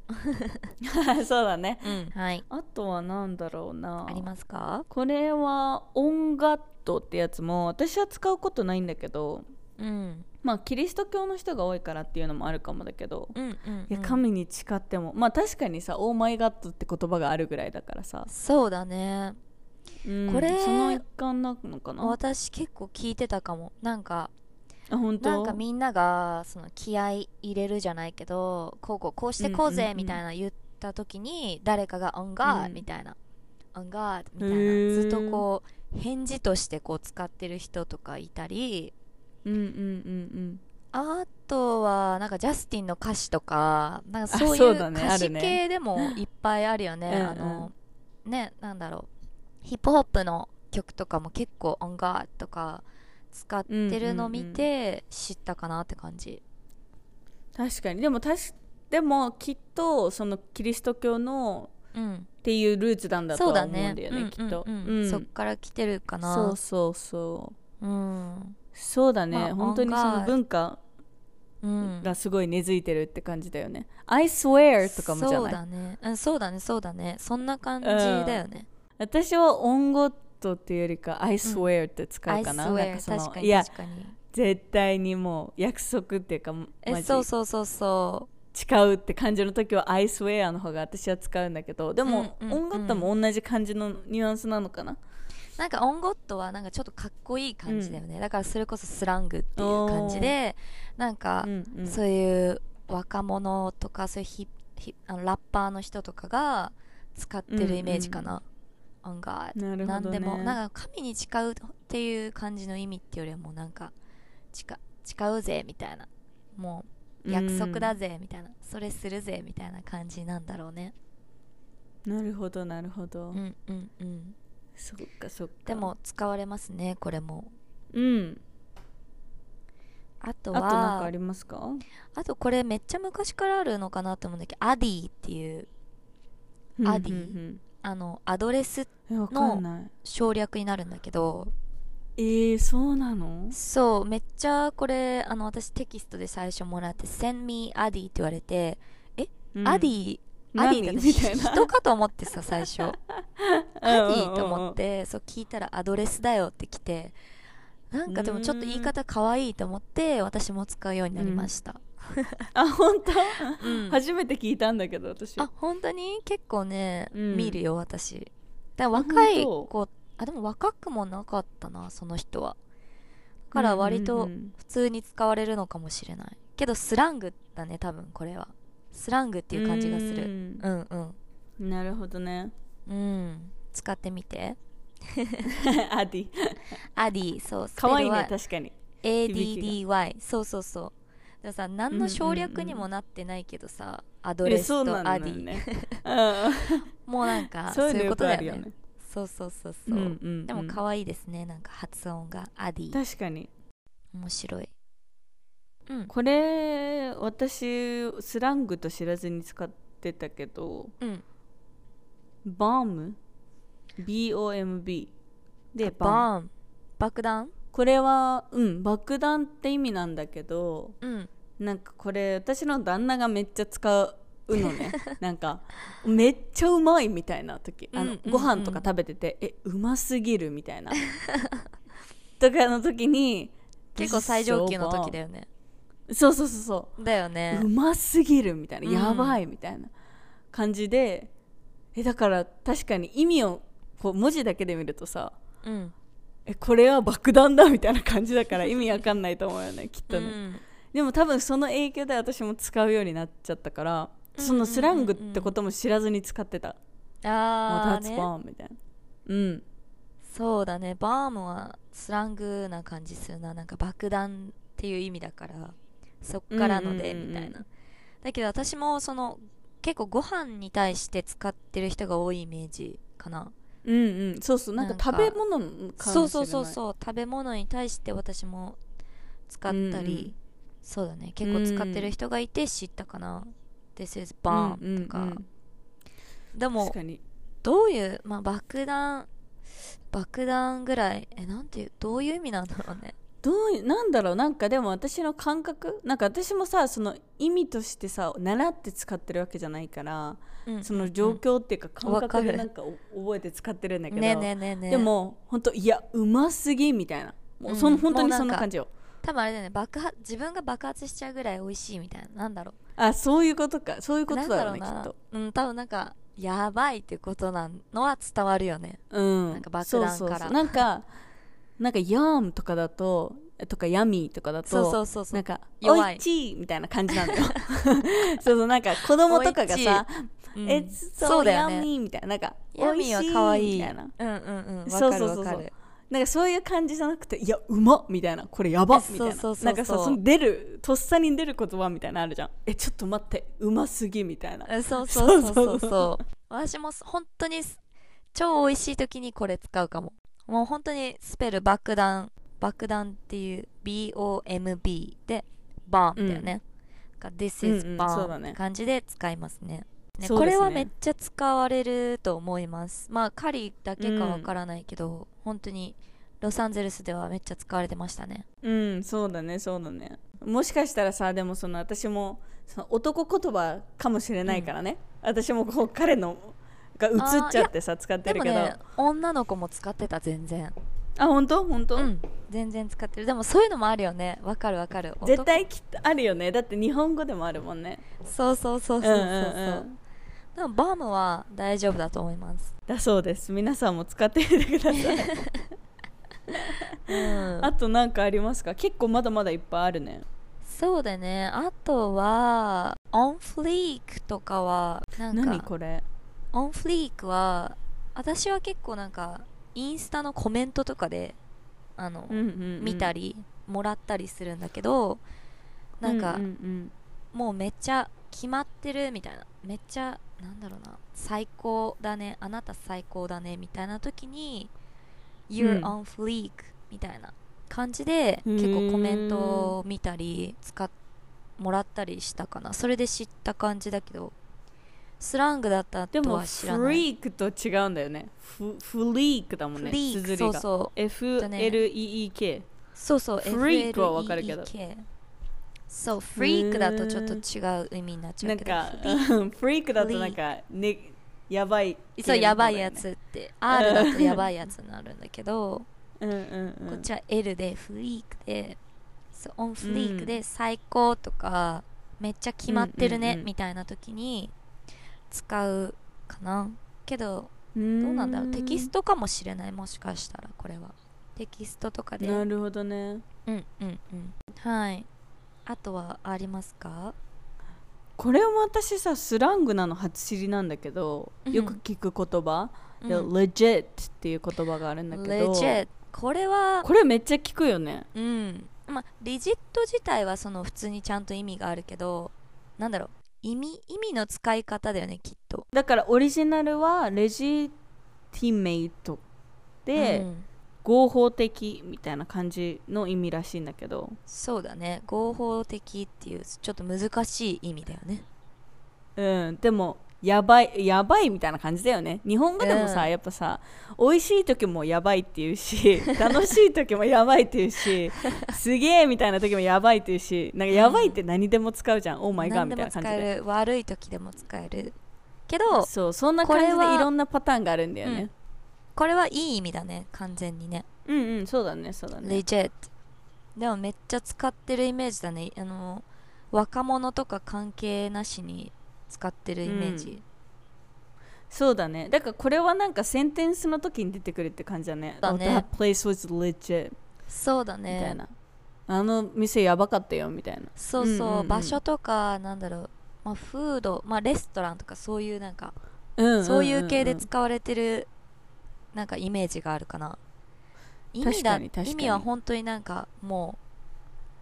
[SPEAKER 2] そうだね
[SPEAKER 1] はい
[SPEAKER 2] あとは何だろうな
[SPEAKER 1] ありますか
[SPEAKER 2] これはオンガットってやつも私は使うことないんだけど
[SPEAKER 1] うん
[SPEAKER 2] まあキリスト教の人が多いからっていうのもあるかもだけど、
[SPEAKER 1] うんうん、うん、
[SPEAKER 2] いや神に誓ってもまあ確かにさ「オーマイガット」って言葉があるぐらいだからさ、
[SPEAKER 1] そうだね
[SPEAKER 2] うん
[SPEAKER 1] これ
[SPEAKER 2] その一環なのかな
[SPEAKER 1] 私結構聞いてたかもなんか
[SPEAKER 2] あ本当
[SPEAKER 1] なんかみんながその気合い入れるじゃないけどこうこうこうしてこう
[SPEAKER 2] うんうん
[SPEAKER 1] ぜ
[SPEAKER 2] うん
[SPEAKER 1] みたいな言った時に誰かが「on God」
[SPEAKER 2] うん
[SPEAKER 1] みたいな「on God」みたい
[SPEAKER 2] へー
[SPEAKER 1] なずっとこう返事としてこう使ってる人とかいたり
[SPEAKER 2] うんうんうん
[SPEAKER 1] あとはなんかジャスティンの歌詞とかなんか
[SPEAKER 2] あ
[SPEAKER 1] そうい
[SPEAKER 2] そううだね
[SPEAKER 1] 歌
[SPEAKER 2] ある
[SPEAKER 1] 詞
[SPEAKER 2] ね
[SPEAKER 1] 系でもいっぱいあるよね
[SPEAKER 2] うんうん
[SPEAKER 1] あのねなんだろうヒップホップの曲とかも結構「on God」とか使ってるの見て知ったかなって感じ。
[SPEAKER 2] 確かにでも確かでもきっとそのキリスト教の
[SPEAKER 1] うん
[SPEAKER 2] っていうルーツなんだと
[SPEAKER 1] そうだ
[SPEAKER 2] は思うんだよね
[SPEAKER 1] ね
[SPEAKER 2] きっと、
[SPEAKER 1] うんうん
[SPEAKER 2] う
[SPEAKER 1] うん
[SPEAKER 2] ん
[SPEAKER 1] そっから来てるかな
[SPEAKER 2] そうそうそう
[SPEAKER 1] うん
[SPEAKER 2] そうだね、
[SPEAKER 1] まあ
[SPEAKER 2] 本当に
[SPEAKER 1] 案
[SPEAKER 2] そ
[SPEAKER 1] 外
[SPEAKER 2] の文化
[SPEAKER 1] うん
[SPEAKER 2] がすごい根付いてるって感じだよね「I swear」とかもじゃ
[SPEAKER 1] そう
[SPEAKER 2] ない
[SPEAKER 1] だねうんそうだねそうだねそんな感じだよね
[SPEAKER 2] 私は「オンゴット」っていうよりか「I swear」って使う
[SPEAKER 1] I
[SPEAKER 2] かな,、なん
[SPEAKER 1] swear
[SPEAKER 2] かその
[SPEAKER 1] 確か
[SPEAKER 2] い
[SPEAKER 1] に
[SPEAKER 2] や
[SPEAKER 1] 確かに
[SPEAKER 2] 絶対にもう約束っていうかマ
[SPEAKER 1] え
[SPEAKER 2] ジ
[SPEAKER 1] そうそうそうそう
[SPEAKER 2] 誓うって感じの時は「I swear」の方が私は使うんだけどでも、
[SPEAKER 1] うんうんうん
[SPEAKER 2] 音楽とも同じ感じのニュアンスなのかな
[SPEAKER 1] なんかオンゴットはなんかちょっとかっこいい感じだよね、だからそれこそスラングっていう感じでなんか、
[SPEAKER 2] うんうん
[SPEAKER 1] そういう若者とかそういうヒヒあのラッパーの人とかが使ってるイメージかな、オンガー
[SPEAKER 2] なるほどね
[SPEAKER 1] 何でもなんか神に誓うっていう感じの意味っていうよりはもうなんか誓誓うぜみたいなもう約束だぜみたいな、それするぜみたいな感じなんだろうね
[SPEAKER 2] なるほどなるほど、
[SPEAKER 1] うんうんうん
[SPEAKER 2] そっかそっか
[SPEAKER 1] でも使われますねこれも
[SPEAKER 2] うん
[SPEAKER 1] あと
[SPEAKER 2] あと
[SPEAKER 1] は
[SPEAKER 2] なんかありますか
[SPEAKER 1] あとこれめっちゃ昔からあるのかなと思うんだけどアディっていうアディ
[SPEAKER 2] うんうん
[SPEAKER 1] あのアドレス
[SPEAKER 2] うんえわかんない
[SPEAKER 1] 省略になるんだけど
[SPEAKER 2] えー、そうなの
[SPEAKER 1] そうめっちゃこれあの私テキストで最初もらって「Send me Addy」って言われて「え、アデ
[SPEAKER 2] ィ
[SPEAKER 1] ィアディって
[SPEAKER 2] みたい
[SPEAKER 1] 私
[SPEAKER 2] な
[SPEAKER 1] 人かと思ってさ最初アディと思っ
[SPEAKER 2] うんうんうん
[SPEAKER 1] てそう聞いたらアドレスだよって来てなんかでもちょっと言い方可愛いと思って私も使うようになりました、
[SPEAKER 2] あ本当、
[SPEAKER 1] うん
[SPEAKER 2] 初めて聞いたんだけど私
[SPEAKER 1] あ本当に結構ね、
[SPEAKER 2] うん
[SPEAKER 1] 見るよ私だから若い
[SPEAKER 2] 本
[SPEAKER 1] 子あでも若くもなかったなその人はだから割と、
[SPEAKER 2] うんうんうん
[SPEAKER 1] 普通に使われるのかもしれないけどスラングだね多分これはスラングっていう感じがす
[SPEAKER 2] う
[SPEAKER 1] る
[SPEAKER 2] ん
[SPEAKER 1] うんうん
[SPEAKER 2] なるほどね
[SPEAKER 1] うん使ってみて
[SPEAKER 2] アディ
[SPEAKER 1] アディそう
[SPEAKER 2] 可愛いね
[SPEAKER 1] スペルは
[SPEAKER 2] 確かに
[SPEAKER 1] ADDY そうそうそうでもさ何の省略にもなってないけどさ、アドレ
[SPEAKER 2] え
[SPEAKER 1] ス
[SPEAKER 2] そう
[SPEAKER 1] と
[SPEAKER 2] な
[SPEAKER 1] ア
[SPEAKER 2] ん
[SPEAKER 1] デ
[SPEAKER 2] だよ
[SPEAKER 1] ィ、
[SPEAKER 2] ねう ん
[SPEAKER 1] もうなんか
[SPEAKER 2] そ
[SPEAKER 1] そうう
[SPEAKER 2] いうの
[SPEAKER 1] いう
[SPEAKER 2] よ
[SPEAKER 1] こと
[SPEAKER 2] くあ
[SPEAKER 1] だ
[SPEAKER 2] るよ
[SPEAKER 1] よね
[SPEAKER 2] ね
[SPEAKER 1] そうそうそうそう,、
[SPEAKER 2] うんうんうん
[SPEAKER 1] でも可愛いですねなんか発音がアディ
[SPEAKER 2] 確かに
[SPEAKER 1] 面白いうん
[SPEAKER 2] これ私スラングと知らずに使ってたけど
[SPEAKER 1] うん
[SPEAKER 2] バーム BOMB でバーム
[SPEAKER 1] バーン爆弾
[SPEAKER 2] これはうん爆弾って意味なんだけど
[SPEAKER 1] うん
[SPEAKER 2] なんかこれ私の旦那がめっちゃ使う のねなんかめっちゃうまいみたいな時あの、
[SPEAKER 1] うんうんうん
[SPEAKER 2] ご飯とか食べててえうますぎるみた いなとかの時に
[SPEAKER 1] 結構最上級の時だ
[SPEAKER 2] よ
[SPEAKER 1] よね
[SPEAKER 2] そうそうそうそう
[SPEAKER 1] だよね
[SPEAKER 2] うますぎるみたいな、
[SPEAKER 1] うん
[SPEAKER 2] やばいみたいな感じでえだから確かに意味をこう文字だけで見るとさ
[SPEAKER 1] うん、
[SPEAKER 2] えこれは爆弾だみたいな感じだから意味わかんないと思うよねきっとね、でも多分その影響で私も使うようになっちゃったからそのスラングってことも知らずに使ってた「もう
[SPEAKER 1] ああ、
[SPEAKER 2] that's
[SPEAKER 1] ね、
[SPEAKER 2] bomb」みたいなうん
[SPEAKER 1] そうだねバームはスラングな感じするななんか爆弾っていう意味だからそっからので
[SPEAKER 2] うんうんうん
[SPEAKER 1] み
[SPEAKER 2] うん
[SPEAKER 1] たいなだけど私もその結構ご飯に対して使ってる人が多いイメージかな
[SPEAKER 2] うんうんそうそうなんか
[SPEAKER 1] なんか
[SPEAKER 2] 食べ物のかもしれない
[SPEAKER 1] そうそうそうそう食べ物に対して私も使ったり、
[SPEAKER 2] うんうん
[SPEAKER 1] そうだね結構使ってる人がいて知ったかな「This is bomb」とか、
[SPEAKER 2] うんうんうん
[SPEAKER 1] でも
[SPEAKER 2] 確かに
[SPEAKER 1] どういう、まあ、爆弾爆弾ぐらいえなんていうどういう意味なんだろうね
[SPEAKER 2] どうなんだろうなんかでも私の感覚なんか私もさその意味としてさ習って使ってるわけじゃないから、
[SPEAKER 1] うん
[SPEAKER 2] その状況っていうか
[SPEAKER 1] うん
[SPEAKER 2] 感覚で
[SPEAKER 1] わかる
[SPEAKER 2] なんかお覚えて使ってるんだけど、
[SPEAKER 1] ねえねえねえねえ
[SPEAKER 2] でも本当いやうますぎみたいなもうその、
[SPEAKER 1] うん
[SPEAKER 2] 本当
[SPEAKER 1] も
[SPEAKER 2] に
[SPEAKER 1] うな
[SPEAKER 2] そ
[SPEAKER 1] ん
[SPEAKER 2] ん
[SPEAKER 1] か
[SPEAKER 2] な感じよ
[SPEAKER 1] 多分あれだよね爆発自分が爆発しちゃうぐらい美味しいみたいななんだろ
[SPEAKER 2] あそういうことかそういう
[SPEAKER 1] う
[SPEAKER 2] こと
[SPEAKER 1] なん
[SPEAKER 2] だ
[SPEAKER 1] だ
[SPEAKER 2] ろ
[SPEAKER 1] ろ
[SPEAKER 2] う
[SPEAKER 1] う
[SPEAKER 2] ねきっ
[SPEAKER 1] な
[SPEAKER 2] と
[SPEAKER 1] うん多分なんかやばいってことなのは伝わるよね
[SPEAKER 2] うん
[SPEAKER 1] なんか爆弾から
[SPEAKER 2] そうそうそうなんかなんかヤームとかだととかヤミーとかだと
[SPEAKER 1] そうそうそうそう
[SPEAKER 2] なんか「
[SPEAKER 1] 弱
[SPEAKER 2] お
[SPEAKER 1] い
[SPEAKER 2] いちー」みたいな感じなんだよ そうそうなんか子供とかがさ
[SPEAKER 1] う
[SPEAKER 2] 「
[SPEAKER 1] ん
[SPEAKER 2] え
[SPEAKER 1] そ
[SPEAKER 2] そうう
[SPEAKER 1] だ
[SPEAKER 2] だ
[SPEAKER 1] よね
[SPEAKER 2] よね」Yummy みたいななんか「
[SPEAKER 1] ヤ
[SPEAKER 2] おい
[SPEAKER 1] ミ
[SPEAKER 2] し」
[SPEAKER 1] ーはい可愛い
[SPEAKER 2] みたいな
[SPEAKER 1] うんうんうんわ
[SPEAKER 2] そう
[SPEAKER 1] か
[SPEAKER 2] そ
[SPEAKER 1] る
[SPEAKER 2] うそうそう
[SPEAKER 1] わかる
[SPEAKER 2] なんかそういう感じじゃなくて「いやうまっ」みたいな「これやばっ」みた
[SPEAKER 1] そうそ
[SPEAKER 2] い
[SPEAKER 1] うそうそう
[SPEAKER 2] ななんかさその出るとっさに出る言葉みたいなのあるじゃん「えちょっと待ってうますぎ」みたいな
[SPEAKER 1] うんそうそうそうそう
[SPEAKER 2] そう
[SPEAKER 1] そう私も本当に超美味しい時にこれ使うかももう本当にスペル爆弾爆弾っていう BOMB でバーンだよね、が This
[SPEAKER 2] う
[SPEAKER 1] is
[SPEAKER 2] んうんそ
[SPEAKER 1] bomb
[SPEAKER 2] うだね
[SPEAKER 1] 感じで使いますね,、ね
[SPEAKER 2] そう
[SPEAKER 1] こ
[SPEAKER 2] です
[SPEAKER 1] れ
[SPEAKER 2] ね
[SPEAKER 1] はめっちゃ使われると思いますまあカリだけかわからないけど、本当にロサンゼルスではめっちゃ使われてましたね
[SPEAKER 2] うんそうだねそうだねもしかしたらさでもその私もその男言葉かもしれないからね、私もこう彼のが映っちゃってさ使っ
[SPEAKER 1] で
[SPEAKER 2] てる
[SPEAKER 1] も
[SPEAKER 2] けど
[SPEAKER 1] ね女の子も使ってた全然
[SPEAKER 2] あ本当本当、
[SPEAKER 1] うん全然使ってるでもそういうのもあるよねわかるわかる
[SPEAKER 2] 絶対きっとあるよねだって日本語でもあるもんね
[SPEAKER 1] 男そうそうそうそうそう,、でもバームは大丈夫だと思います
[SPEAKER 2] だそうです皆さんも使ってみてください
[SPEAKER 1] うん
[SPEAKER 2] あとなんかありますか結構まだまだいっぱいあるね
[SPEAKER 1] そうだねあとはオンフリークとかはなん
[SPEAKER 2] 何
[SPEAKER 1] か
[SPEAKER 2] これ
[SPEAKER 1] オンフリークは私は結構なんかインスタのコメントとかであの、
[SPEAKER 2] うんうんうん
[SPEAKER 1] 見たりもらったりするんだけどなんか、
[SPEAKER 2] ううん
[SPEAKER 1] もうめっちゃ決まってるみたいなめっちゃなんだろうな最高だねあなた最高だねみたいな時に「You're
[SPEAKER 2] うん
[SPEAKER 1] on fleek」みたいな感じで
[SPEAKER 2] うーん
[SPEAKER 1] 結構コメントを見たり使っもらったりしたかなそれで知った感じだけどスラングだった
[SPEAKER 2] で
[SPEAKER 1] と
[SPEAKER 2] も
[SPEAKER 1] は知ら
[SPEAKER 2] フ
[SPEAKER 1] ない
[SPEAKER 2] リークと違うんだよねフフリークだもんね
[SPEAKER 1] リ
[SPEAKER 2] 綴
[SPEAKER 1] ーク
[SPEAKER 2] り
[SPEAKER 1] そう
[SPEAKER 2] が
[SPEAKER 1] そう
[SPEAKER 2] FLEEK
[SPEAKER 1] そうそう
[SPEAKER 2] フリークはわかるけど
[SPEAKER 1] FLEEK そうフリークだとちょっと違う意味になっちゃ
[SPEAKER 2] な
[SPEAKER 1] うんけど
[SPEAKER 2] か
[SPEAKER 1] フリーク
[SPEAKER 2] うん フリークだとなんかねやばい
[SPEAKER 1] そうやばいや
[SPEAKER 2] 系
[SPEAKER 1] つって、R だとやばいやつになるんだけど、
[SPEAKER 2] の方だよねうんうんう
[SPEAKER 1] こ
[SPEAKER 2] ん
[SPEAKER 1] っちは L でフリークでそうオンフリークで最高とか、めっちゃ決まってるね、
[SPEAKER 2] うんうんうん
[SPEAKER 1] みたいな時に使うかなけどどうなんだろうテキストかもしれないもしかしたらこれはテキストとかで
[SPEAKER 2] なるほどね
[SPEAKER 1] うんうんうんはいあとはありますか
[SPEAKER 2] これも私さスラングなの初知りなんだけど
[SPEAKER 1] うん
[SPEAKER 2] よく聞く言葉で
[SPEAKER 1] うん
[SPEAKER 2] legit っていう言葉があるんだけど
[SPEAKER 1] legit これは
[SPEAKER 2] これめっちゃ聞くよね
[SPEAKER 1] うんまあリジット自体はその普通にちゃんと意味があるけどなんだろう意味意味の使い方だよねきっと
[SPEAKER 2] だからオリジナルはレジティメイトで、
[SPEAKER 1] うん
[SPEAKER 2] 合法的みたいな感じの意味らしいんだけど
[SPEAKER 1] そうだね合法的っていうちょっと難しい意味だよね
[SPEAKER 2] うん、でもやばいやばいみたいな感じだよね日本語でもさ、
[SPEAKER 1] うん
[SPEAKER 2] やっぱさ美味しい時もやばいっていう し楽しい時もやばいっていうしすげえみたいな時もやばいっていうしなんかやばいって何でも使うじゃん、オーマイガー
[SPEAKER 1] 何
[SPEAKER 2] み
[SPEAKER 1] で
[SPEAKER 2] た
[SPEAKER 1] も
[SPEAKER 2] いな感
[SPEAKER 1] 使
[SPEAKER 2] じで
[SPEAKER 1] える悪い時でも使えるけど
[SPEAKER 2] そうそんな感じで
[SPEAKER 1] これはい
[SPEAKER 2] ろんなパターンがあるんだよね、
[SPEAKER 1] これはいい意味だね完全にね
[SPEAKER 2] うん、うんそうだねそうだね
[SPEAKER 1] レジェットでもめっちゃ使ってるイメージだねあの若者とか関係なしに使ってるイメージ、
[SPEAKER 2] うんそうだねだからこれはなんかセンテンスの時に出てくるって感じだね
[SPEAKER 1] だね
[SPEAKER 2] Oh, That place was legit
[SPEAKER 1] そうだ
[SPEAKER 2] みたい
[SPEAKER 1] ね
[SPEAKER 2] な、あの店やばかったよみたいな
[SPEAKER 1] そうそう,、
[SPEAKER 2] うんうんうん
[SPEAKER 1] 場所とかなんだろう、まあ、フード、まあ、レストランとかそういうなんか、
[SPEAKER 2] うんんんん
[SPEAKER 1] そういう系で使われてるなんかイメージがあるかな意味だ
[SPEAKER 2] 確かに確かに
[SPEAKER 1] 意味は本当になんかも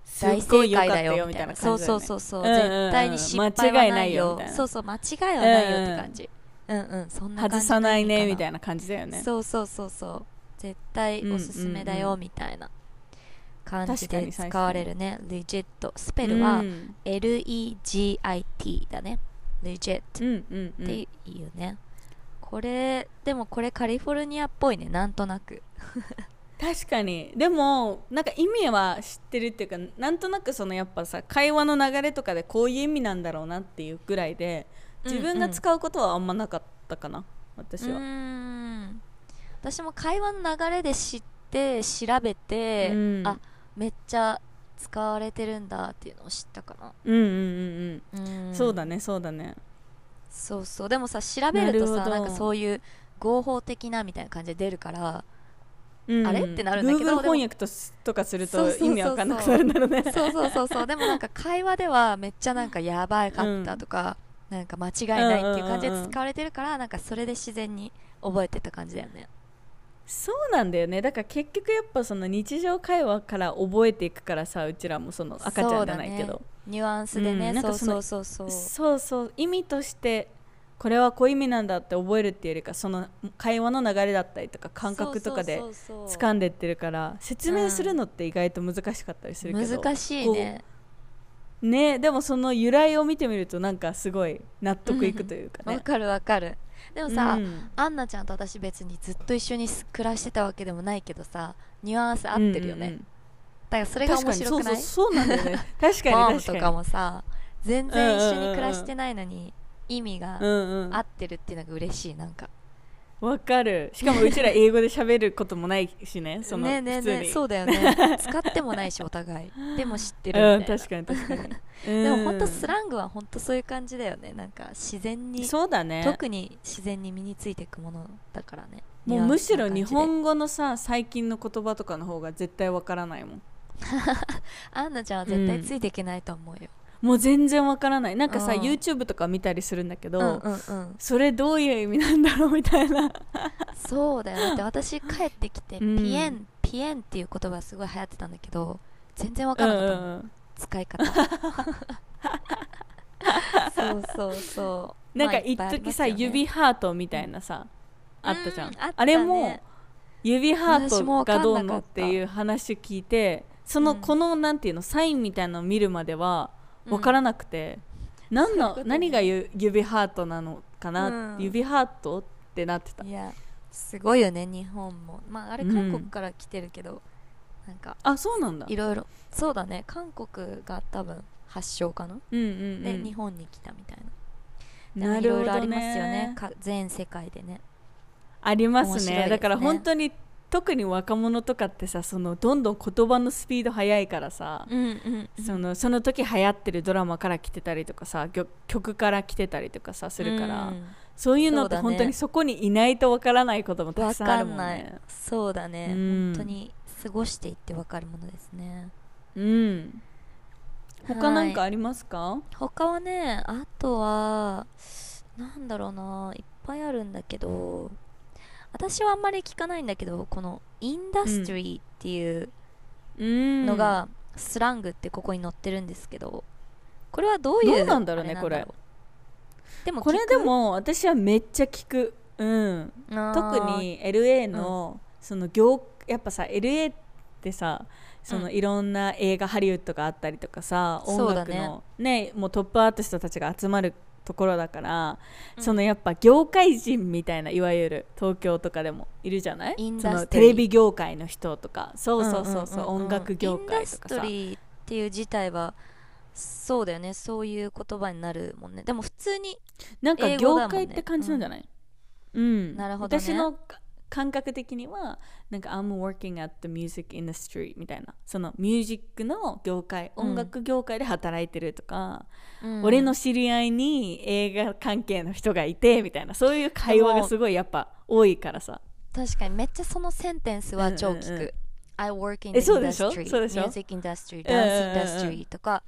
[SPEAKER 1] う
[SPEAKER 2] すっ
[SPEAKER 1] 大正
[SPEAKER 2] ごい良
[SPEAKER 1] 解
[SPEAKER 2] かった
[SPEAKER 1] だよ
[SPEAKER 2] よ
[SPEAKER 1] み
[SPEAKER 2] み
[SPEAKER 1] たい
[SPEAKER 2] たい
[SPEAKER 1] な
[SPEAKER 2] な
[SPEAKER 1] そ
[SPEAKER 2] 感
[SPEAKER 1] う
[SPEAKER 2] じだ
[SPEAKER 1] そ
[SPEAKER 2] よ
[SPEAKER 1] うそうそう、
[SPEAKER 2] ねうんうんうん
[SPEAKER 1] 絶対に失敗は
[SPEAKER 2] 間
[SPEAKER 1] な
[SPEAKER 2] 違
[SPEAKER 1] いよ
[SPEAKER 2] いないよみたいな
[SPEAKER 1] そうそう間違いはないよって感じ、うんうんそんな感じ
[SPEAKER 2] 外さないねみ
[SPEAKER 1] い
[SPEAKER 2] たいな感じだよね
[SPEAKER 1] そうそうそうそう絶対おすすめだ
[SPEAKER 2] うんうん
[SPEAKER 1] よ
[SPEAKER 2] う
[SPEAKER 1] みたいな感じ
[SPEAKER 2] 確か
[SPEAKER 1] で
[SPEAKER 2] に
[SPEAKER 1] 使
[SPEAKER 2] 確かに
[SPEAKER 1] われるねレジェットスペルは、
[SPEAKER 2] うん、
[SPEAKER 1] LEGIT だね。legit
[SPEAKER 2] うんうんう
[SPEAKER 1] って
[SPEAKER 2] ん
[SPEAKER 1] いうね。ここれでもこれカリフォルニアっぽいねなんとなく
[SPEAKER 2] 確かにでもなんか意味は知ってるっていうかなんとなくそのやっぱさ会話の流れとかでこういう意味なんだろうなっていうぐらいで自分が使うことはあんまなかったかな、私は
[SPEAKER 1] うん私も会話の流れで知って調べて、
[SPEAKER 2] うん
[SPEAKER 1] あめっちゃ使われてるんだっていうのを知ったかな、
[SPEAKER 2] うんうんうん
[SPEAKER 1] う
[SPEAKER 2] うんんそうだねそうだね
[SPEAKER 1] そうそうでもさ調べるとさ
[SPEAKER 2] なるほど
[SPEAKER 1] なんかそういう合法的なみたいな感じで出るから
[SPEAKER 2] うん
[SPEAKER 1] あれってなるんだけど
[SPEAKER 2] Google 翻訳とすとかする
[SPEAKER 1] そうそ
[SPEAKER 2] と
[SPEAKER 1] うそうそう
[SPEAKER 2] 意味わかんなくなるんだろうね
[SPEAKER 1] そうそうそうそうでもなんか会話ではめっちゃなんかやばかったとか、なんか間違いないっていう感じ
[SPEAKER 2] うんうんうん
[SPEAKER 1] で
[SPEAKER 2] うん
[SPEAKER 1] 使われてるから、なんかそれで自然に覚えてた感じだよね
[SPEAKER 2] そうなんだよねだから結局やっぱその日常会話から覚えていくからさうちらもその赤ちゃんじゃないけど
[SPEAKER 1] ニュアンスでね、
[SPEAKER 2] うんなん
[SPEAKER 1] そ
[SPEAKER 2] か
[SPEAKER 1] う
[SPEAKER 2] そ
[SPEAKER 1] そ
[SPEAKER 2] の
[SPEAKER 1] うそうそう
[SPEAKER 2] そうそう意味としてこれはこういう意味なんだって覚えるっていうよりかその会話の流れだったりとか感覚とかで
[SPEAKER 1] そうそうそう
[SPEAKER 2] 掴んでってるから説明するのって意外と難しかったりするけど、
[SPEAKER 1] 難しいね
[SPEAKER 2] ねでもその由来を見てみるとなんかすごい納得いくというか
[SPEAKER 1] わ
[SPEAKER 2] ね。
[SPEAKER 1] かるわかるでもさ、
[SPEAKER 2] うん
[SPEAKER 1] アンナちゃんと私別にずっと一緒に暮らしてたわけでもないけどさニュアンス合ってるよね、
[SPEAKER 2] うんうんうん
[SPEAKER 1] だからそれが
[SPEAKER 2] 確
[SPEAKER 1] 面
[SPEAKER 2] かに
[SPEAKER 1] 白
[SPEAKER 2] そう
[SPEAKER 1] くな
[SPEAKER 2] そう
[SPEAKER 1] い
[SPEAKER 2] そうなんだよね 確か
[SPEAKER 1] ボー
[SPEAKER 2] に
[SPEAKER 1] ン
[SPEAKER 2] 確
[SPEAKER 1] とか
[SPEAKER 2] かに
[SPEAKER 1] もさ全然一緒に暮らしてないのに意味
[SPEAKER 2] う
[SPEAKER 1] が
[SPEAKER 2] んうん
[SPEAKER 1] 合ってるっていうのが嬉しいなんか
[SPEAKER 2] わかるしかもうちら英語で喋ることもない しねその
[SPEAKER 1] ねえねえ
[SPEAKER 2] 普通
[SPEAKER 1] ねえ
[SPEAKER 2] に
[SPEAKER 1] そうだよ ね使ってもないしお互いでも知って
[SPEAKER 2] う
[SPEAKER 1] る
[SPEAKER 2] ん
[SPEAKER 1] みたいな
[SPEAKER 2] 確かに確か に
[SPEAKER 1] で
[SPEAKER 2] で
[SPEAKER 1] も本当スラングは本当そういう感じだよねなんか自然に
[SPEAKER 2] そうだね
[SPEAKER 1] 特に自然に身についていくものだからね
[SPEAKER 2] もう
[SPEAKER 1] ニュア
[SPEAKER 2] む
[SPEAKER 1] ンス
[SPEAKER 2] し
[SPEAKER 1] な
[SPEAKER 2] ろ
[SPEAKER 1] 感じ
[SPEAKER 2] 日
[SPEAKER 1] で
[SPEAKER 2] 本語のさ最近の言葉とかの方が絶対わからないもん
[SPEAKER 1] アンナちゃんは絶対ついていけないと思うよ、
[SPEAKER 2] もう全然わからないなんかさ
[SPEAKER 1] うん
[SPEAKER 2] YouTube とか見たりするんだけど、
[SPEAKER 1] うんうんうん
[SPEAKER 2] それどういう意味なんだろうみたいな
[SPEAKER 1] そうだよだって私帰ってきて、
[SPEAKER 2] うん
[SPEAKER 1] ピエンピエンっていう言葉すごい流行ってたんだけど全然わからなかったもん、
[SPEAKER 2] うんうんうん
[SPEAKER 1] 使い 方そうそうそう
[SPEAKER 2] なんか
[SPEAKER 1] まあい
[SPEAKER 2] 一
[SPEAKER 1] っぱいありま
[SPEAKER 2] 時
[SPEAKER 1] す
[SPEAKER 2] さ、
[SPEAKER 1] よね
[SPEAKER 2] 指ハートみたいなさ、
[SPEAKER 1] うん
[SPEAKER 2] あったじゃん、
[SPEAKER 1] うんあったね
[SPEAKER 2] れも指ハートがどうのっていう話聞いてその
[SPEAKER 1] うん
[SPEAKER 2] このなんていうのサインみたいなのを見るまでは
[SPEAKER 1] うん
[SPEAKER 2] 分からなくて、何
[SPEAKER 1] そういう
[SPEAKER 2] の
[SPEAKER 1] ことね
[SPEAKER 2] 何がゆ指ハートなのかな、
[SPEAKER 1] うん
[SPEAKER 2] 指ハートってなってた
[SPEAKER 1] いやすごいよね日本もまああれ
[SPEAKER 2] うん
[SPEAKER 1] 韓国から来てるけど、なんか
[SPEAKER 2] あそうなんだ
[SPEAKER 1] いろいろそうだね韓国が多分発祥かな、
[SPEAKER 2] うんうん
[SPEAKER 1] で
[SPEAKER 2] うん
[SPEAKER 1] 日本に来たみたいな
[SPEAKER 2] な
[SPEAKER 1] で
[SPEAKER 2] る
[SPEAKER 1] も
[SPEAKER 2] ほ
[SPEAKER 1] いろいろあり
[SPEAKER 2] ど
[SPEAKER 1] ますよね
[SPEAKER 2] ね
[SPEAKER 1] か全世界でね
[SPEAKER 2] ありますね
[SPEAKER 1] 面白いですね
[SPEAKER 2] だから本当に特に若者とかってさそのどんどん言葉のスピード速いからさ、
[SPEAKER 1] うんうん
[SPEAKER 2] そのその時流行ってるドラマから来てたりとかさぎょ曲から来てたりとかさするから、
[SPEAKER 1] うん
[SPEAKER 2] そういうの
[SPEAKER 1] そ
[SPEAKER 2] っ
[SPEAKER 1] う
[SPEAKER 2] て
[SPEAKER 1] だね
[SPEAKER 2] 本当にそこにいないとわからないこともた
[SPEAKER 1] わ
[SPEAKER 2] くさんあ
[SPEAKER 1] か
[SPEAKER 2] るも
[SPEAKER 1] ん
[SPEAKER 2] ん
[SPEAKER 1] ない、
[SPEAKER 2] ね。
[SPEAKER 1] そうだね、
[SPEAKER 2] うん
[SPEAKER 1] 本当に過ごしていってわかるものですね
[SPEAKER 2] うん、他なんか
[SPEAKER 1] は
[SPEAKER 2] ありますか、
[SPEAKER 1] い他はねあとはなんだろうないっぱいあるんだけど私はあんまり聞かないんだけどこのインダストリーっていう
[SPEAKER 2] うん
[SPEAKER 1] のが、スラングってここに載ってるんですけどこれはどういう
[SPEAKER 2] どうなんだろうね
[SPEAKER 1] あなんだ
[SPEAKER 2] こ
[SPEAKER 1] ろうでも
[SPEAKER 2] これでも私はめっちゃ聞く、うん、特
[SPEAKER 1] 特
[SPEAKER 2] に LA の,、その業やっぱさ LA ってさその
[SPEAKER 1] うん
[SPEAKER 2] いろんな映画、ハリウッドがあったりとかさ
[SPEAKER 1] そ
[SPEAKER 2] 音
[SPEAKER 1] うだ
[SPEAKER 2] 楽
[SPEAKER 1] ね
[SPEAKER 2] のねもうトップアーティストたちが集まるところだから、
[SPEAKER 1] うん
[SPEAKER 2] そのやっぱ業界人みたいないわゆる東京とかでもいるじゃない
[SPEAKER 1] イン
[SPEAKER 2] そ
[SPEAKER 1] ダストリー
[SPEAKER 2] のテレビ業界の人とかそうそうそうそう,、
[SPEAKER 1] んんんん
[SPEAKER 2] 音楽業界とか
[SPEAKER 1] インダス
[SPEAKER 2] さ
[SPEAKER 1] トリーっていう自体はそうだよねそういう言葉になるもんねでも普通に
[SPEAKER 2] なんか
[SPEAKER 1] 英語
[SPEAKER 2] 業
[SPEAKER 1] だもんね
[SPEAKER 2] 界って感じなんじゃない、うん、
[SPEAKER 1] なるほどね
[SPEAKER 2] 私のか感覚的にはなんか「I'm working at the music industry」みたいなそのミュージックの業界
[SPEAKER 1] うん
[SPEAKER 2] 音楽業界で働いてるとか、俺の知り合いに映画関係の人がいてみたいなそういう会話がすごいやっぱ多いからさ
[SPEAKER 1] 確かにめっちゃそのセンテンスは超聞く、
[SPEAKER 2] うんうんうん
[SPEAKER 1] I work in
[SPEAKER 2] え
[SPEAKER 1] the
[SPEAKER 2] そうでしょ
[SPEAKER 1] industry
[SPEAKER 2] そうでしょ
[SPEAKER 1] music industry
[SPEAKER 2] うんうん
[SPEAKER 1] dance
[SPEAKER 2] うん
[SPEAKER 1] industry とか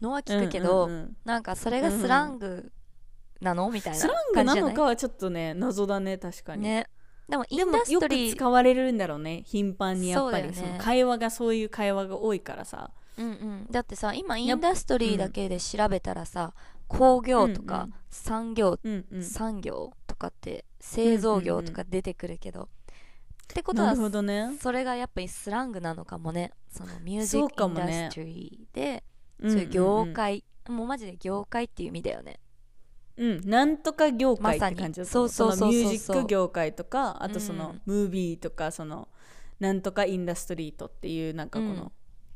[SPEAKER 1] のは聞くけど、
[SPEAKER 2] うんうんうん
[SPEAKER 1] なんかそれがスラングなのみたいな
[SPEAKER 2] スラング
[SPEAKER 1] 感じ
[SPEAKER 2] な
[SPEAKER 1] じゃな
[SPEAKER 2] の
[SPEAKER 1] い
[SPEAKER 2] かはちょっとね謎だね確かに、
[SPEAKER 1] ねでもイ
[SPEAKER 2] で
[SPEAKER 1] ン
[SPEAKER 2] も
[SPEAKER 1] ダス
[SPEAKER 2] よ
[SPEAKER 1] ト
[SPEAKER 2] く
[SPEAKER 1] リー
[SPEAKER 2] 使われるんだろうね頻繁にやっぱり
[SPEAKER 1] そうだ
[SPEAKER 2] そ
[SPEAKER 1] よね
[SPEAKER 2] の会話がそういう会話が多いからさ
[SPEAKER 1] うんうん、だってさ今インダストリーだけで調べたらさ、工業と
[SPEAKER 2] う
[SPEAKER 1] か
[SPEAKER 2] んうん
[SPEAKER 1] 産業、
[SPEAKER 2] うんうん
[SPEAKER 1] 産業とかって製造業とか出てくるけど、ってこと
[SPEAKER 2] な
[SPEAKER 1] は
[SPEAKER 2] るほどね
[SPEAKER 1] それがやっぱりスラングなのかもねそのミュージッ
[SPEAKER 2] そう
[SPEAKER 1] クイ
[SPEAKER 2] か
[SPEAKER 1] ン
[SPEAKER 2] も
[SPEAKER 1] ダ
[SPEAKER 2] ね
[SPEAKER 1] ストリーで、
[SPEAKER 2] うん
[SPEAKER 1] そううんいう業界、もうマジで業界っていう意味だよね
[SPEAKER 2] うん、なんとか業界っ
[SPEAKER 1] まさ
[SPEAKER 2] て
[SPEAKER 1] に
[SPEAKER 2] 感じだと
[SPEAKER 1] そ
[SPEAKER 2] 思
[SPEAKER 1] う
[SPEAKER 2] う
[SPEAKER 1] そう
[SPEAKER 2] そ
[SPEAKER 1] そうそう
[SPEAKER 2] の
[SPEAKER 1] そう
[SPEAKER 2] ミュージック業界とかあとその
[SPEAKER 1] うん
[SPEAKER 2] ムービーとかそのなんとかインダストリートっていうなんかこ
[SPEAKER 1] うん
[SPEAKER 2] の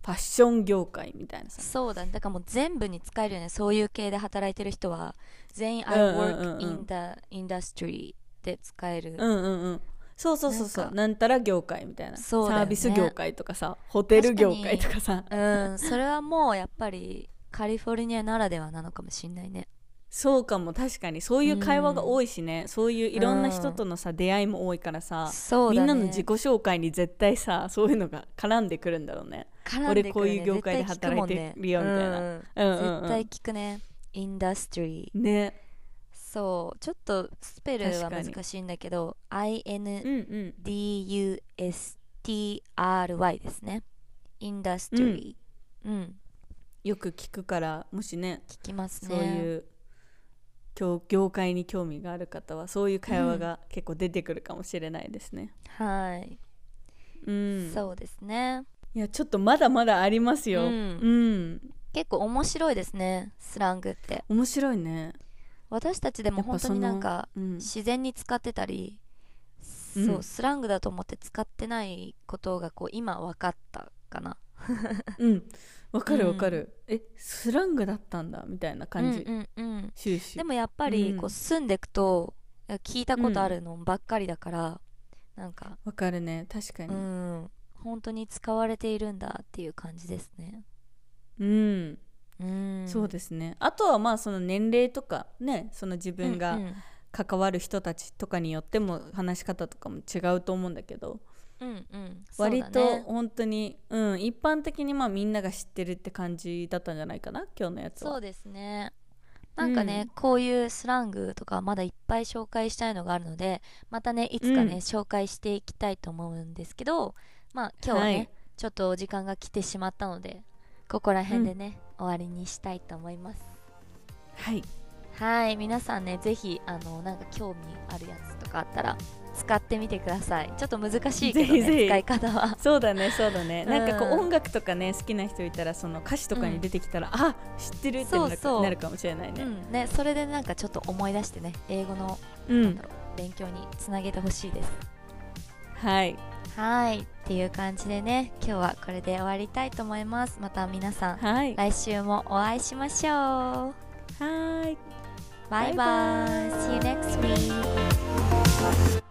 [SPEAKER 2] ファッション業界みたいなさ、
[SPEAKER 1] そうだねだからもう全部に使えるよねそういう系で働いてる人は全員
[SPEAKER 2] うん
[SPEAKER 1] I
[SPEAKER 2] うんう
[SPEAKER 1] work
[SPEAKER 2] ん
[SPEAKER 1] in the industry で使える、
[SPEAKER 2] うんうんうんそうそうそうそう
[SPEAKER 1] な
[SPEAKER 2] なんんたら業界みたいな、サ
[SPEAKER 1] そうだよね
[SPEAKER 2] ービス業界とかさホテル業界とかさ
[SPEAKER 1] うん、それはもうやっぱりカリフォルニアならではなのかもしんないね。
[SPEAKER 2] そうかも確かにそういう会話が多いしね、そういういろんな人とのさ出会いも多いからさ、
[SPEAKER 1] そう
[SPEAKER 2] み
[SPEAKER 1] だね。
[SPEAKER 2] んなの自己紹介に絶対さそういうのが絡んでくるんだろうね
[SPEAKER 1] 絡んでくるね
[SPEAKER 2] 俺こういう業界で働いてるよみたいな
[SPEAKER 1] 絶
[SPEAKER 2] うんう
[SPEAKER 1] 対聞くもんね
[SPEAKER 2] ん、
[SPEAKER 1] 絶対聞くね。インダストリー。
[SPEAKER 2] うん、ね
[SPEAKER 1] そう、ちょっとスペルは
[SPEAKER 2] 確かに
[SPEAKER 1] 難しいんだけど、
[SPEAKER 2] うんうん、
[SPEAKER 1] INDUSTRY ですね。インダストリー。うん、
[SPEAKER 2] よく聞くからもしね
[SPEAKER 1] 聞きますね。
[SPEAKER 2] そういう業業界に興味がある方はそういう会話が結構出てくるかもしれないですね。
[SPEAKER 1] はい、
[SPEAKER 2] うん、
[SPEAKER 1] そうですね。
[SPEAKER 2] いやちょっとまだまだありますよ。
[SPEAKER 1] う
[SPEAKER 2] うんん、
[SPEAKER 1] 結構面白いですね、スラングって。
[SPEAKER 2] 面白いね。
[SPEAKER 1] 私たちでも
[SPEAKER 2] やっ
[SPEAKER 1] 本
[SPEAKER 2] ぱ
[SPEAKER 1] 当
[SPEAKER 2] その
[SPEAKER 1] になんか、
[SPEAKER 2] うん、
[SPEAKER 1] 自然に使ってたり、
[SPEAKER 2] うん
[SPEAKER 1] そうスラングだと思って使ってないことがこう今分かったかな
[SPEAKER 2] うん、わかるわかる。えスラングだったんだみたいな感じ。
[SPEAKER 1] うんうんうん、
[SPEAKER 2] 終始
[SPEAKER 1] でもやっぱり
[SPEAKER 2] うん
[SPEAKER 1] こう住んでくと聞いたことあるのばっかりだから、なんか
[SPEAKER 2] わかるね確か
[SPEAKER 1] う
[SPEAKER 2] に。
[SPEAKER 1] ん本当に使われているんだっていう感じですね
[SPEAKER 2] うん、
[SPEAKER 1] うん
[SPEAKER 2] そうですね。あとはまあその年齢とかねその自分が、
[SPEAKER 1] うん
[SPEAKER 2] 関わる人たちとかによっても話し方とかも違うと思うんだけど
[SPEAKER 1] うんうんうんそうだね
[SPEAKER 2] 割と本当にう、ん、一般的にまあみんなが知ってるって感じだったんじゃないかな今日のやつ
[SPEAKER 1] そう
[SPEAKER 2] は。
[SPEAKER 1] ですねなんかね、
[SPEAKER 2] うん
[SPEAKER 1] こういうスラングとかまだいっぱい紹介したいのがあるのでまたねいつかね、
[SPEAKER 2] うん
[SPEAKER 1] 紹介していきたいと思うんですけどまあ今日はね、
[SPEAKER 2] はい
[SPEAKER 1] ちょっとお時間が来てしまったのでここら辺でね、終わりにしたいと思います
[SPEAKER 2] はい、
[SPEAKER 1] はい皆さんねぜひあのなんか興味あるやつとかあったら使ってみてくださいちょっと難しいけどね
[SPEAKER 2] ぜひぜひ
[SPEAKER 1] 使い方は
[SPEAKER 2] そうだねそうだね、
[SPEAKER 1] うん
[SPEAKER 2] なんかこう音楽とかね好きな人いたらその歌詞とかに出てきたら、あ知ってるってなる
[SPEAKER 1] そうそう
[SPEAKER 2] なるかもしれな いうね。
[SPEAKER 1] んねそれでなんかちょっと思い出してね英語の
[SPEAKER 2] うん、
[SPEAKER 1] なんだろう勉強につなげてほしいです
[SPEAKER 2] はい
[SPEAKER 1] はいっていう感じでね今日はこれで終わりたいと思いますまた皆さん
[SPEAKER 2] はい
[SPEAKER 1] 来週もお会いしましょう
[SPEAKER 2] はい
[SPEAKER 1] バイバイ See you next week